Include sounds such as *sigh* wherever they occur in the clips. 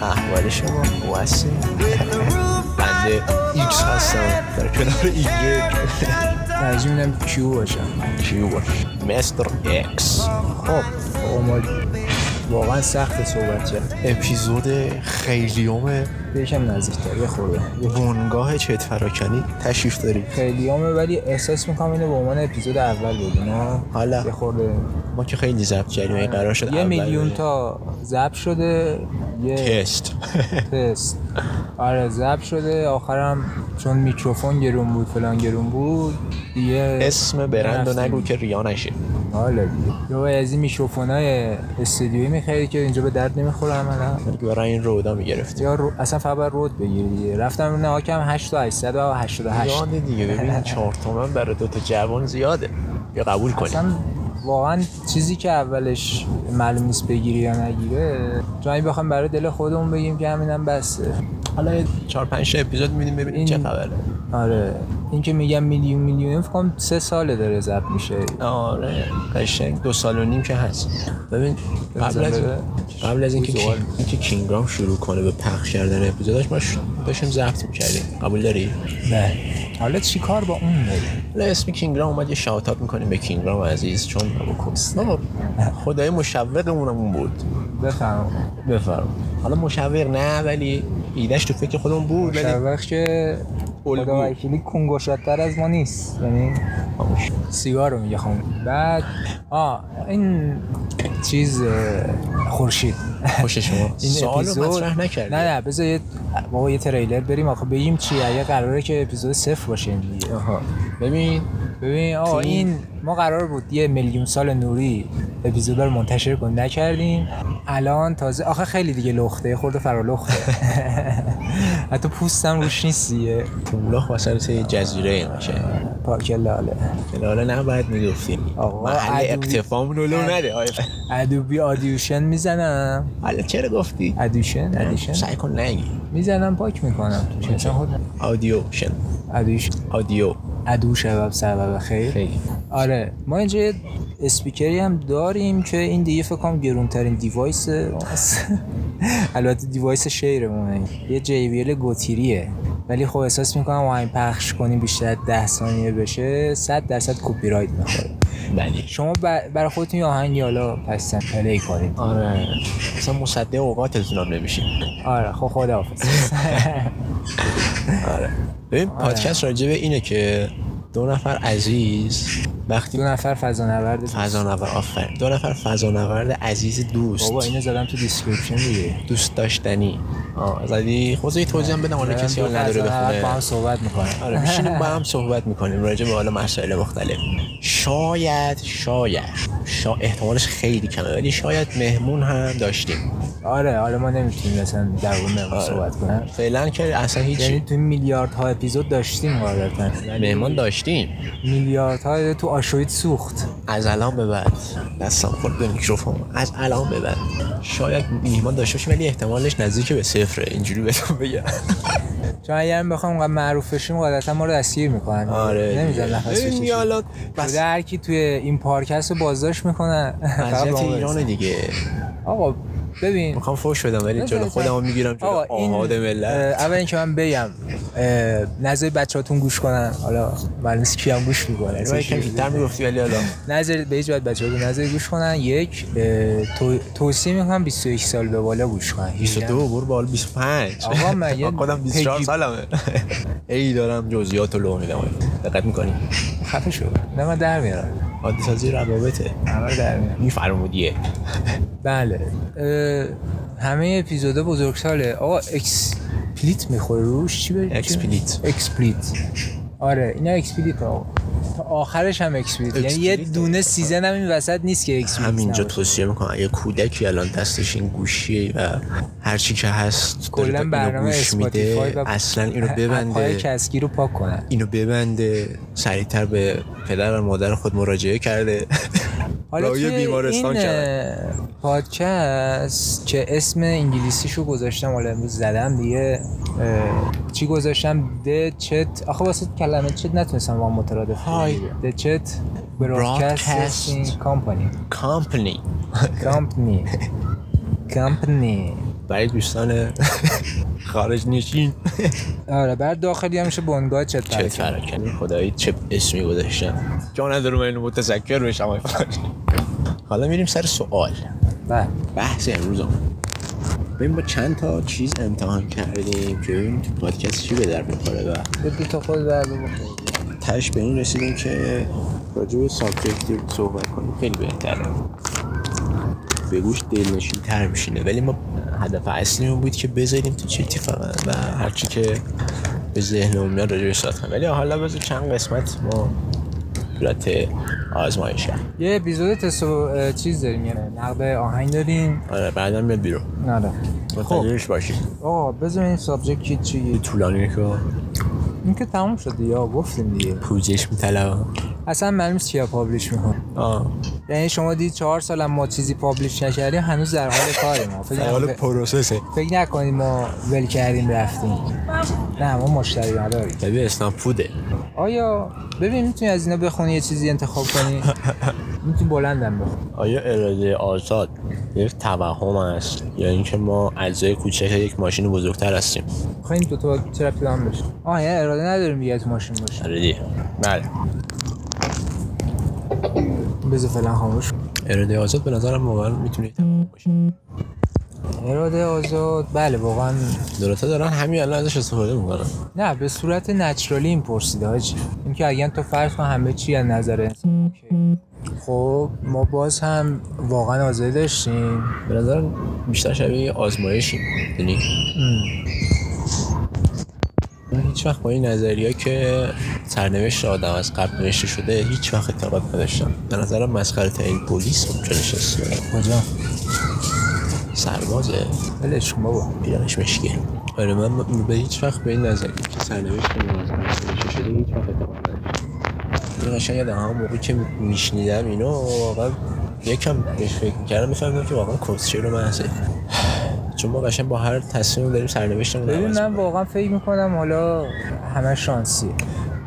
احوال شما خوب هستیم بنده ایکس هستم در کنار ایگرگ ترجیح میدم کیو باشم کیو باش مستر اکس خب آقا ما واقعا سخت صحبت کرد اپیزود خیلیوم بهشم نزدیکتر یه خورده بونگاه چت پراکنی تشریف داریم خیلی همه ولی احساس میکنم اینو به عنوان اپیزود اول بگیم ها؟ حالا. یه خورده ما که خیلی ضبط کردیم این قرار شد یه اول میلیون بریم. تا ضبط شده یه *laughs* تست تست آره ضبط شده آخرم چون میکروفون گرون بود فلان گرون بود دیگه اسم برندو نرفتیم. نگو که ریا نشه حالا دیگه یه وای از این میکروفون های استودیویی میخری که اینجا به درد نمیخوره عملا برای این رودا میگرفت یا رو... اصلا فقط باید رود بگیری دیگه رفتم نه حاکم 8 تا 888 یاد یعنی دیگه ببین چهار تومن برای دوتا جوان زیاده یا قبول کنیم اصلا واقعا چیزی که اولش معلوم نیست بگیری یا نگیره جایی بخوام برای دل خودمون بگیم که همینم بسه حالا یه چهار پنج تا اپیزود میدیم ببینیم این- چه خبره آره این که میگم میلیون میلیون فکر کنم سه ساله داره ضبط میشه آره قشنگ دو سال و نیم که هست ببین قبل از بزن قبل از اینکه بگو کینگ- اینکه کینگرام شروع کنه به پخش کردن اپیزوداش ما ش- داشتیم ضبط میکردیم قبول داری نه حالا چی کار با اون داری حالا اسم کینگرام اومد یه شاوت اوت میکنیم به کینگرام عزیز چون بابا کس بابا خدای مشوقمون هم اون بود بفهم بفرم حالا مشوق نه ولی ایدهش تو فکر خودمون بود ولی شبخ که الگو. خدا وکیلی کنگوشتر از ما نیست یعنی خاموش. سیگار رو میگه خانم بعد آه این چیز اه، خورشید خوش شما *laughs* این سوال رو مطرح نکردی نه نه بذار یه بابا یه تریلر بریم آخه بگیم چیه اگه قراره که اپیزود صفر باشه این دیگه ببین ببین آقا توی این- این ما قرار بود یه میلیون سال نوری اپیزود رو منتشر کنیم نکردیم الان تازه آخه خیلی دیگه لخته یه خورده فرالخته *laughs* حتی پوستم روش نیست دیگه پولاخ وسط یه جزیره میشه پاک لاله حالا نباید میگفتیم آقا، محل عدوی- اقتفام لولو نده آی. ادوبی آدیوشن میزنم حالا چرا گفتی ادیوشن ادیوشن سعی کن نگی میزنم پاک میکنم چون خود آدیو شن ادیوشن آدیو ادو شباب سبب خیر خیلی آره ما اینجا یه اسپیکری هم داریم که این دیگه فکر کنم گرونترین دیوایس *laughs* ماست. البته دیوایس شیرمونه یه JBL گوتیریه ولی خب احساس میکنم آهنگ پخش کنیم بیشتر از 10 ثانیه بشه 100 درصد کپی رایت میخوره بله شما بر- برای خودتون یه آهنگی حالا پس پلی کنید آره اصلا مصدق اوقاتتون هم نمیشیم آره خب *laughs* خداحافظ ببین پادکست راجبه اینه که دو نفر عزیز وقتی دو نفر فضا نورد فضانورد آفر دو نفر فضانورد عزیز دوست بابا اینو زدم تو دیسکریپشن دیگه دوست داشتنی آه زدی خود یه توضیح هم بدم حالا کسی دو حال نداره فضانورد با هم بخونه صحبت میکنه آره میشینیم با هم صحبت میکنیم راجع به حالا مسائل مختلف شاید شاید شا... احتمالش خیلی کمه ولی شاید مهمون هم داشتیم آره حالا ما نمیتونیم مثلا در اون مقدار آره. صحبت کنیم فعلا که اصلا یعنی هیچ تو میلیارد ها اپیزود داشتیم قاعدتا مهمون داشتیم میلیارد ها تو آشویت سوخت از الان به بعد دستم خورد به میکروفون از الان به بعد شاید ایمان داشته باشیم ولی احتمالش نزدیک به صفره اینجوری بهتون بگم چون اگر هم بخوام اونقدر معروف بشیم قاعدتا ما رو دستگیر میکنن آره نمیذارن نفس این بکشیم حالا بس... هر کی توی این پادکست رو بازداشت میکنن وضعیت ایران دیگه آقا ببین میخوام فوش بدم ولی جلو خودمو میگیرم جلو آقا این آهاد ملت اه، اول اینکه من بگم اه، نذاری بچه‌هاتون گوش کنن حالا معلوم نیست کیام گوش میکنه رو یکم بیتر میگفتی ولی حالا نظر به هیچ وجه بچه‌ها به نظر گوش کنن یک اه، تو... توصیه میکنم 21 سال به بالا گوش کنن 22 برو بال 25 آقا مگه *laughs* من خودم 24 پیگی- سالمه *laughs* ای دارم جزئیات رو لو میدم دقت میکنی خفه شو نه من در میارم عادی سازی روابطه همه در میارم *laughs* میفرمودیه بله اه، همه اپیزودا بزرگساله آقا اکس پلیت میخوره روش چی بگیم اکسپلیت. اکسپلیت آره اینا اکسپلیت آقا تا آخرش هم اکسپلیت یعنی یه اکسپلیت. دونه سیزن هم این وسط نیست که اکسپلیت همینجا نباشه. توصیه میکنم اگه کودکی الان دستش این گوشیه و هر چی که هست داره کلاً اینو برنامه گوش اسپاتیفای میده و اصلا اینو اپ‌های ببنده کسکی رو پاک کنن اینو ببنده سریعتر به پدر و مادر خود مراجعه کرده حالا *laughs* با یه توی بیمارستان این شود. اه، پادکست که اسم انگلیسیشو گذاشتم حالا امروز زدم دیگه اه، چی گذاشتم د چت آخه واسه کلمه چت نتونستم با هم مترادف های. د چت برادکاستینگ کمپانی کامپنی کمپنی کمپنی برای دوستان *laughs* خارج نشین آره بر داخلی هم میشه بنگاه چت چه پرک ترکنی خدایی چه اسمی گذاشتم جا ندارم اینو متذکر بشم آی فلانی. حالا میریم سر سوال بله. بحث امروز ببین ما چند تا چیز امتحان کردیم که ببینیم تو پادکست چی به در میخوره و بگو تا خود بر بخور تش به این رسیدیم که راجع به سابجکتیو صحبت کنیم خیلی بهتره به گوش دلنشین تر میشینه ولی ما هدف اصلیمون بود که بذاریم تو چیتی فقط و هرچی که به ذهنمون میاد راجع بهش صحبت کنیم ولی حالا بذار چند قسمت ما حالت آزمایش هم. یه اپیزود تست و- اه، چیز داریم یه نقد آهنگ داریم آره بعدا میاد بیرون آره متوجهش باشید آقا بذار این سابجکت چی چیه طولانی که این که تموم شد یا گفتیم دیگه پوزش میطلبه اصلا معلوم نیست کیا پابلش میکنه آه یعنی شما دید چهار سال هم ما چیزی پابلش نکردیم هنوز در حال کاریم ما فکر نکنید- پروسسه فکر نکنید ما ول کردیم رفتیم نه ما مشتری نداریم ببین اسناپ فوده آیا ببین میتونی از اینا بخونی یه چیزی انتخاب *laughs* کنی میتونی بلندم بخونی آیا اراده آزاد یک توهم است یا اینکه ما اجزای کوچک یک ماشین بزرگتر هستیم خب این دوتا با چرا پیلان بشه آه یعنی اراده نداریم دیگه تو ماشین باشه آره دیگه. بله بذار فعلا خاموش اراده آزاد به نظرم واقعا میتونه یک توهم باشه اراده آزاد بله واقعا دولت‌ها دارن همین الان ازش استفاده میکنن نه به صورت نچرالی این پرسیده هاجی اینکه اگر تو فرض کن همه چی از نظر انسان اوکی. خب ما باز هم واقعا آزادی داشتیم به نظرم بیشتر شبیه یه آزمایشی یعنی من هیچ وقت با این نظریه که سرنوشت آدم از قبل نوشته شده هیچ وقت اعتقاد نداشتم به نظرم مسخره ترین پلیس ممکنه نشسته کجا سربازه ولش کن بابا پیرانش مشکل آره من ب- به هیچ وقت به این نظر که سرنوشت من از نوشته شده هیچ وقت اعتقاد نداشتم این قشنگ یادم همون موقع که میشنیدم اینو واقعا یکم بهش فکر میکردم میفهمیدم که واقعا کسچه رو من هستی چون ما قشنگ با هر تصمیم داریم سرنوشتمون رو ببین عوض من می‌کنیم. واقعا فکر میکنم حالا همه شانسیه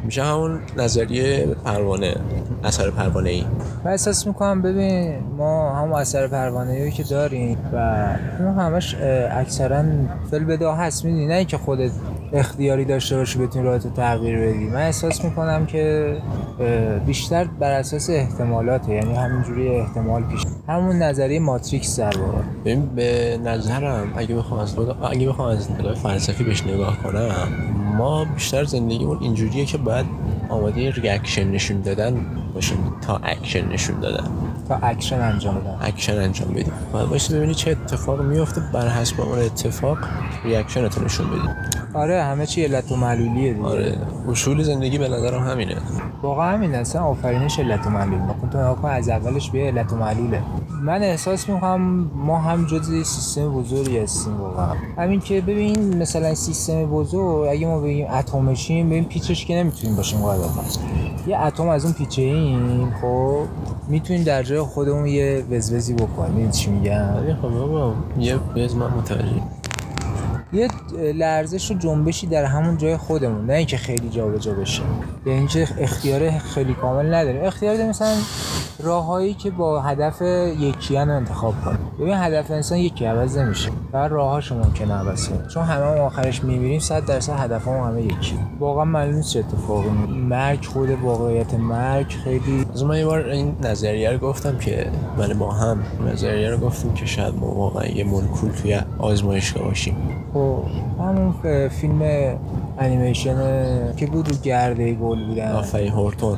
میشه همون نظریه پروانه اثر پروانه ای من احساس میکنم ببین ما هم اثر پروانه که داریم و اون همش اه، اکثرا فل بدا هست میدونی نه اینکه خودت اختیاری داشته باشی بتونی راحت تغییر بدی من احساس میکنم که اه، بیشتر بر اساس احتمالاته یعنی همینجوری احتمال پیش همون نظریه ماتریکس در واقع ببین به نظرم اگه بخوام از نگاه- اگه بخوام از نگاه فلسفی بهش نگاه کنم ما بیشتر زندگیمون اینجوریه که باید آماده ریاکشن نشون دادن باشیم تا اکشن نشون دادن تا اکشن انجام بدن اکشن انجام بدیم باید باشید ببینید چه اتفاق میفته بر حسب اون اتفاق ریاکشنتون نشون بدید آره همه چی علت و معلولیه دیگه آره اصول زندگی به نظرم همینه واقعا همین اصلا آفرینش علت و معلول کن تو نگاه کن از اولش به علت و معلوله من احساس میکنم ما هم جز یه سیستم بزرگی هستیم واقعا همین که ببین مثلا این سیستم بزرگ اگه ما بگیم اتمشیم ببین پیچش که نمیتونیم باشیم قاعدتا یه اتم از اون پیچه این خب میتونیم در جای خودمون یه وزوزی بکنیم می‌دونی چی میگم ولی خب بابا یه بیز من متوجه یه لرزش و جنبشی در همون جای خودمون نه اینکه خیلی جابجا بشه یعنی اینکه اختیار خیلی کامل نداریم اختیار داریم مثلا راههایی که با هدف یکیان رو انتخاب کنیم ببین هدف انسان یکی عوض نمیشه فقط راهاش ممکنه عوض کنیم چون همه هم آخرش میمیریم 100 درصد هدف هم همه یکی واقعا معلوم نیست چه اتفاقی میفته. مرگ خود واقعیت مرگ خیلی از من یه بار این نظریه رو گفتم که ولی ما هم نظریه رو گفتیم که شاید ما واقعا یه مولکول توی آزمایشگاه باشیم خب همون ف- فیلم انیمیشن که بود رو گرده گل بودن خب، آفرین هورتون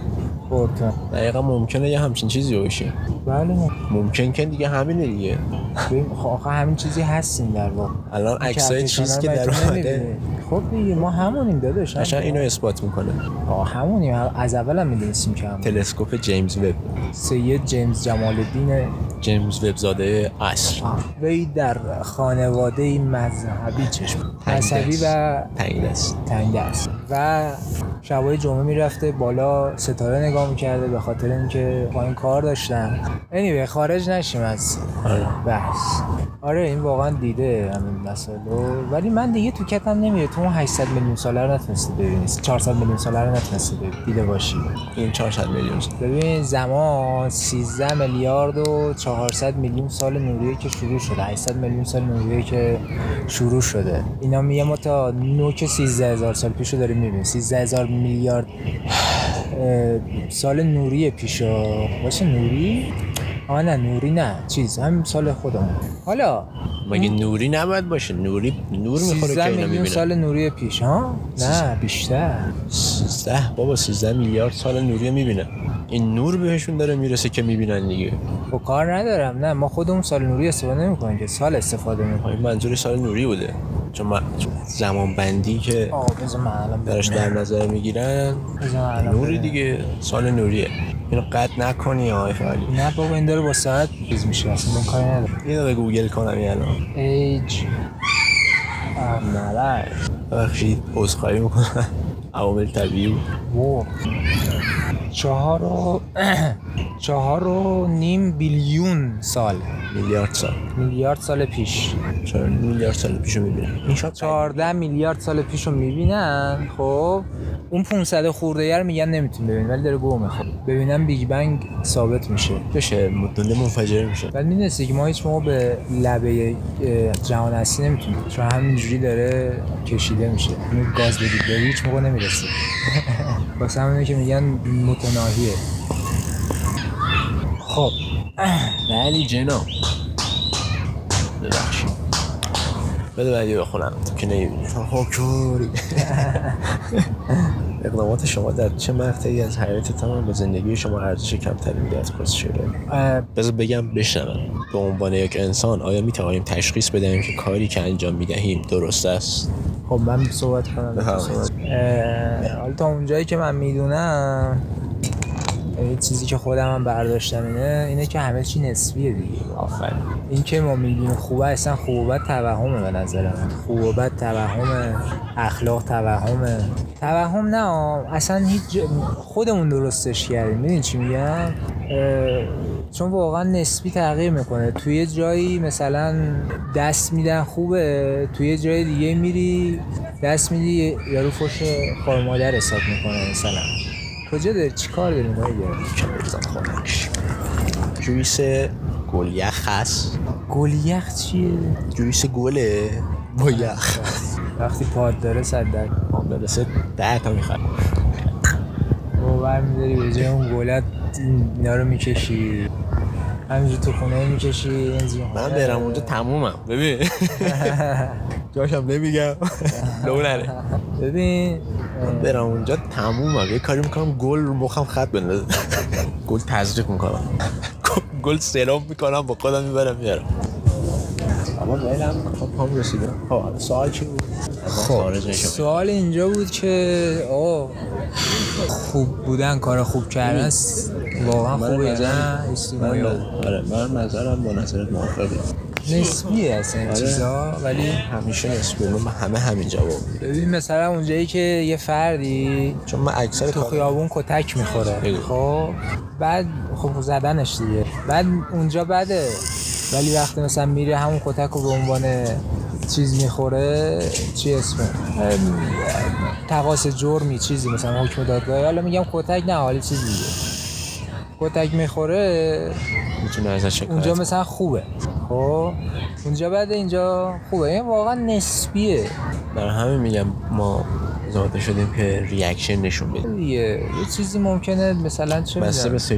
فورتون. دقیقا ممکنه یه همچین چیزی باشه بله ممکن که دیگه همینه دیگه ببین، خب آخه همین چیزی هستیم در واقع الان عکسای کهکشان چیز رو که در مگه اومده نمی‌بینی؟ خب دیگه ما همونیم داداش قشنگ اینو اثبات میکنه آه، همونیم از اول هم میدونستیم که همون تلسکوپ جیمز وب سید جیمز جمال الدین جیمز وب زاده اصر وی در خانواده مذهبی چشم تنگ مذهبی دست. و تنگ دست تنگ است و شبای جمعه میرفته بالا ستاره نگاه میکرده به خاطر اینکه با این کار داشتم anyway خارج نشیم از آره. بحث آره این واقعا دیده همین مسئله رو. ولی من دیگه تو کتم نمیره تو اون 800 میلیون ساله رو نتونستی ببینی 400 میلیون ساله رو نتونستی ببینی دیده باشی این 400 میلیون ببین زمان 13 میلیارد و 400 میلیون سال نوریه که شروع شده 800 میلیون سال نوریه که شروع شده اینا میگه ما تا نوک 13 هزار سال پیش رو داریم میبینیم 13 هزار میلیارد اه، سال نوری پیشو باشه نوری آه نه نوری نه چیز هم سال خودمون حالا مگه نوری نباید باشه نوری نور میخوره که 13 اینا میلیون میبینن سال نوری پیش ها نه بیشتر 13 بابا 13 میلیارد سال نوری میبینن این نور بهشون داره میرسه که میبینن دیگه و خب کار ندارم نه ما خودمون سال نوری استفاده نمیکنیم که سال استفاده میکنیم این منظور سال نوری بوده چون من- چون زمان بندی که آقا بذار من الان درش در نظر میگیرن بذار من الان نوری ببینم. دیگه سال نوریه اینو قطع نکنی آقای فعالی نه بابا این داره با ساعت چیز میشه اصلا من کاری نداره یه دقیقه گوگل کنم این الان ایج امرای ببخشید عذرخواهی میکنم *laughs* عوامل طبیعی بود و چهار و *clears throat* چهار و نیم بیلیون سال میلیارد سال میلیارد سال پیش چون میلیارد سال پیشو میبینن این شاید 14 میلیارد سال پیش رو میبینن خب اون 500 خورده رو میگن نمیتون ببینید ولی داره گوه میخوره ببینم بیگ بنگ ثابت میشه بشه دنیا منفجر میشه بعد میدونستی که ما هیچ موقع به لبه اه، جهان اصلی نمیتونیم چون همینجوری داره کشیده میشه اون گاز بدید به هیچ موقع نمیرسه *laughs* واسه همینه که میگن متناهیه خب بله جناب ببخشید بده بعدی بخونم تو که نیبینی حکوری *laughs* اقدامات شما در چه مقطعی از حیات تمام به زندگی شما ارزش کمتری میدهد پرسشیره اه، بذار بگم بشنوم به عنوان یک انسان آیا می توانیم تشخیص بدهیم که کاری که انجام می دهیم درست است خب من صحبت کنم بفرمایید. اه، حالا تا اونجایی که من میدونم یه چیزی که خودم هم برداشتم اینه اینه که همه چی نسبیه دیگه آفرین این که ما میگیم خوبه اصلا خوب و بد توهمه به نظر من خوب و بد توهمه اخلاق توهمه توهم نه آه. اصلا هیچ جا- خودمون درستش کردیم میدونی چی میگم اه، چون واقعا نسبی تغییر میکنه توی یه جایی مثلا دست میدن خوبه توی یه جای دیگه میری دست میدی یارو فش خوار مادر حساب میکنه مثلا کجا داری چی کار داری میکنی که بریزم خودش جویس گل یخ هست گل یخ چیه جویس گله با یخ وقتی پاد داره صد در برسه ده تا میخواد و برمیداری به جای اون گلت اینا رو میکشی همینجور تو خونه میکشی من برم اونجا تمومم ببین جاشم نمیگم *laughs* لو نره *laughs* ببین اه، برم اونجا تمومم یه کاری میکنم گل رو مخم خط *laughs* بندازه گل تزریق میکنم *laughs* گل سلام میکنم با خودم میبرم میارم اما بلم خب هم رسیده خب سوال چی بود خب سوال اینجا بود که آه خوب بودن کار خوب کردن است. واقعا من خوبه نظرم- نه من اجتماعی ها. آره من نظرم با نظرت موافقه نسبیه اصلا آره. این چیزا ولی همیشه نسبی من همه همین جواب می‌دم. ببین مثلا اونجایی که یه فردی چون من اکثر تو کار خیابون کتک میخوره بگو. خب بعد خب زدنش دیگه بعد اونجا بده ولی وقتی مثلا میره همون کتک رو به عنوان چیز میخوره چی اسمه ام، تقاس جرمی چیزی مثلا حکم دادگاهی حالا میگم کتک نه حالا چیز دیگه کتک میخوره میتونه ازش شکایت اونجا مثلا خوبه خب اونجا بده اینجا خوبه این واقعا نسبیه در همین میگم ما زاده شدیم که ریاکشن نشون بدیم دیگه یه چیزی ممکنه مثلا چه مثل می‌دونم. مثل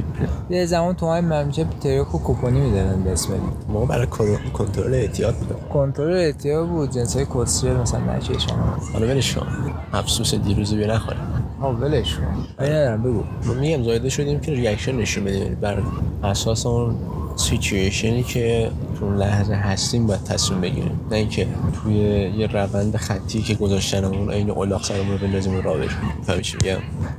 یه زمان تو های مملکت تریاک و کوپونی میدادن به اسم این. ما برای کل- کنترل اعتیاد بودم کنترل اعتیاد بود جنس های کتسیه مثلا نکشن حالا ولش کن افسوس دیروز بیا نخوریم ها ولش کن ولی ندارم بگو ما میگم زایده شدیم که ریاکشن نشون بدیم یعنی بر اساس اون سیچویشنی که تو اون لحظه هستیم باید تصمیم بگیریم نه اینکه توی یه روند خطی که گذاشتنمون این الاغ سرمون رو بندازیم و را بریم می‌فهمی چی میگم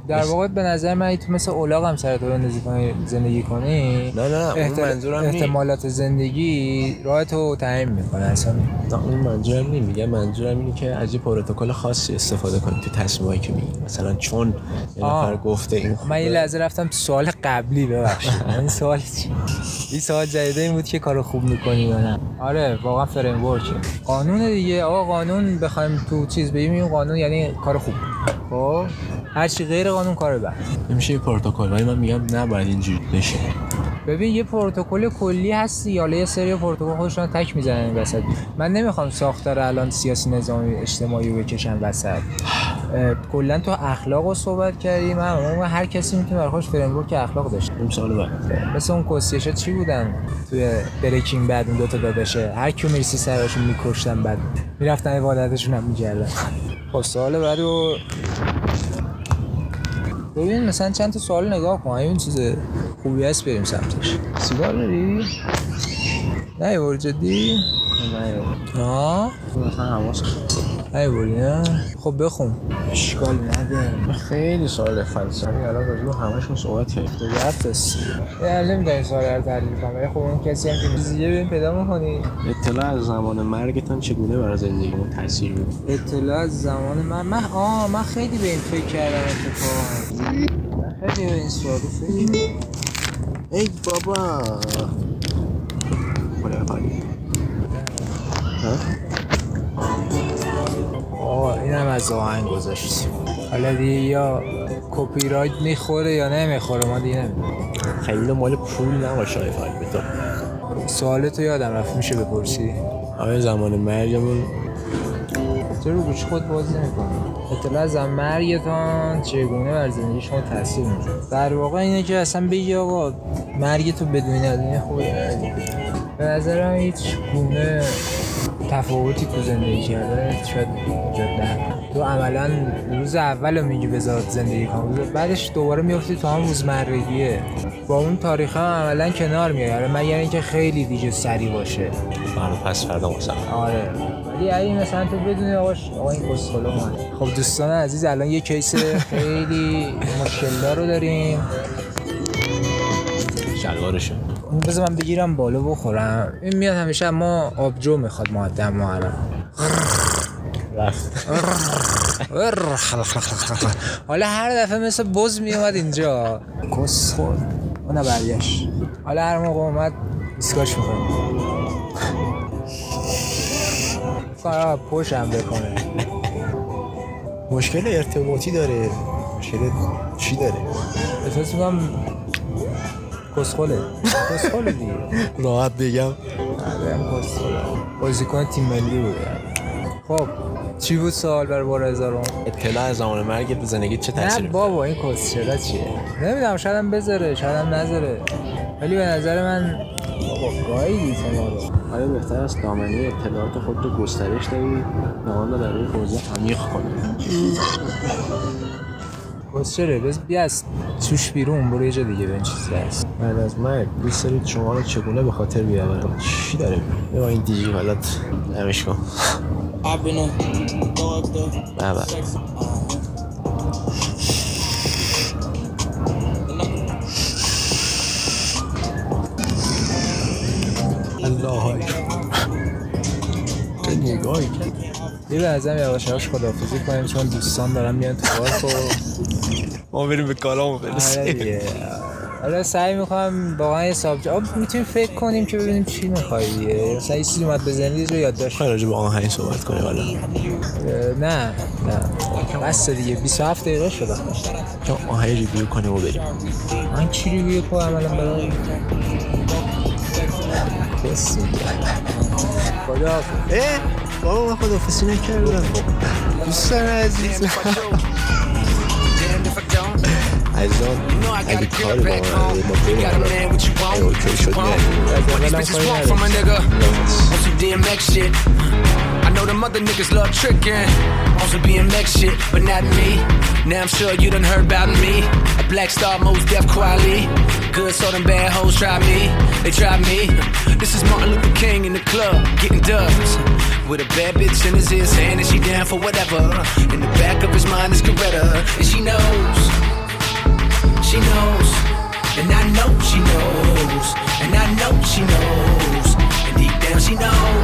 در واقع به نظر من تو مثل اولاغ هم سرت بندازی کنی زندگی کنی نه نه اون احتمال- منظورم نی احتمالات زندگی راه تو تعیین میکنه اصلا نه اون منظورم نی میگم منظورم اینه که از یه پروتکل خاصی استفاده کنی تو تصمیمایی که میگی مثلا چون یه آه. نفر گفته این خوبه. خب، من یه لحظه رفتم تو سوال قبلی ببخشید این سوال چی؟ این سوال جدیده این بود که کارو خوب میکنی یا نه آره واقعا فریم قانون دیگه آقا قانون بخوایم تو چیز بگیم این قانون یعنی کار خوب خب هر چی غیر قانون کار بد نمیشه یه پروتکل ولی من میگم نه باید اینجوری بشه ببین یه پروتکل کلی هستی حالا یه سری پروتکل خودشون رو تک میزنن این وسط من نمیخوام ساختار الان سیاسی نظامی اجتماعی رو بکشم وسط اه، کلا تو اخلاق رو صحبت کردیم من اما هر کسی میتونه برای خودش فریمورک اخلاق داشته این سوال بعد مثل اون کسیشا چی بودن توی بریکینگ بعد اون دوتا داداشه هر کیو میرسی سرشون میکشتن بعد میرفتن عبادتشون هم میکردن خب سوال بعد رو ببین مثلا چند تا سوال نگاه کن این چیز خوبی هست بریم سمتش سیگار داری؟ نه ایوار جدی؟ آه؟ مثلا حواس نه ایواری نه؟ خب بخون اشکال نداره خیلی سوال فلسفی الان راجع به همشون صحبت کردیم دیگه حرف است نمیدونی سوال رو تحلیل کنم ولی خب اون کسی هم که چیزیه بریم پیدا میکنی اطلاع از زمان مرگتان چگونه برای زندگیمون تاثیر می‌کنه اطلاع از زمان من من آه من خیلی به این فکر کردم اتفاقا من خیلی به این سوال فکر کردم. ای بابا خدا بخیر. آه این هم از آهنگ گذاشت حالا دیگه یا کپی رایت میخوره یا نمیخوره ما دیگه نمیدونم خیلی مال پول نباشه آی فاید به تو سوال تو یادم رفت میشه بپرسی آیا زمان مرگمون چرا رو گوش خود بازی نمیکنه اطلاع از مرگتان چگونه بر زندگی شما تاثیر میذاره در واقع اینه که اصلا بگی آقا مرگ تو بدونی ندونی خوبه به نظرم هیچ گونه تفاوتی تو زندگی کرده شاید ایجاد نکنه. تو عملا روز اول رو میگی بذار زندگی کنم روز بعدش دوباره میفتی تو هم روزمرگیه با اون تاریخ هم عملا کنار میای آره مگر اینکه خیلی دیگه سری باشه فردا پس فردا مثلا آره ولی اگه مثلا تو بدونی آقاش آقا این کسخلو اومده خب دوستان عزیز الان یه کیس خیلی مشکلدار رو داریم شلوارشه اون بذار من بگیرم بالا بخورم این میاد همیشه اما آبجو میخواد ماده محرم رفت حالا هر دفعه مثل بز میومد اینجا کس خورد اون برگشت حالا هر موقع اومد اسکاش میخورد فرا پشم بکنه مشکل ارتباطی داره مشکل چی داره احساس میکنم کسخله کسخله دیگه راحت بگم بگم کسخله بازیکن تیم ملی بوده خب چی بود سال برای بار هزارم اطلاع از زمان مرگت به زندگی چه نه تاثیری می‌کنه؟ بابا این کسچرا چیه نمیدونم شاید هم بذاره شاید هم نذاره ولی به نظر من بابا گاهی ما رو آیا بهتر است دامنه اطلاعات خود رو گسترش دهی یا آن را در یک حوزه عمیق کنی کسچره بس بیا از توش بیرون برو یه جا دیگه به این چیزی هست بعد از مرگ دوست دارید شما رو چگونه به خاطر بیاورم چی داره بیا با این دیجی حالت نمیش کن I've been a dog though. بابا Sex. uh, And I- الله اکبر چه نگاهی کرد یه به نظرم یواش یواش خداحافظی کنیم چون دوستان دارن میان تو پارک و ما بریم به کالامو آره دیگه. حالا آره، سعی میکنم واقعا یه سابجه آب میتونیم فکر کنیم که ببینیم چی میخوایی دیگه مثلا یه چیزی اومد بزنید رو یاد داشت خیلی راجع به آهنگ صحبت کنیم حالا نه نه بس دیگه 27 دقیقه شده یا آهنگ ریویو کنیم و بریم من چی ریویو کنم الان *laughs* برای بس دیگه. خدا اه بابا من خدافزی نکردم دوستان عزیز Damned if I don't. عزیزان You know I اگه gotta get کار up با back ما home. نداری، ما You بریم gotta حالا. man what you want. اگه اوکی شد میریم What these bitches want from a nigga? On some DMX shit. I know them other niggas love tricking. On some BMX shit, but not me. Now I'm sure you done heard about me. A black star, most deaf quality. Good, so them bad hoes try me. They try me. This is Martin Luther King in the club, getting dubs. With a bad bitch in his ear, saying that she down for whatever. In the back of his mind is Coretta, and she knows. she knows, and I know she knows, and I know she knows, and deep down she knows.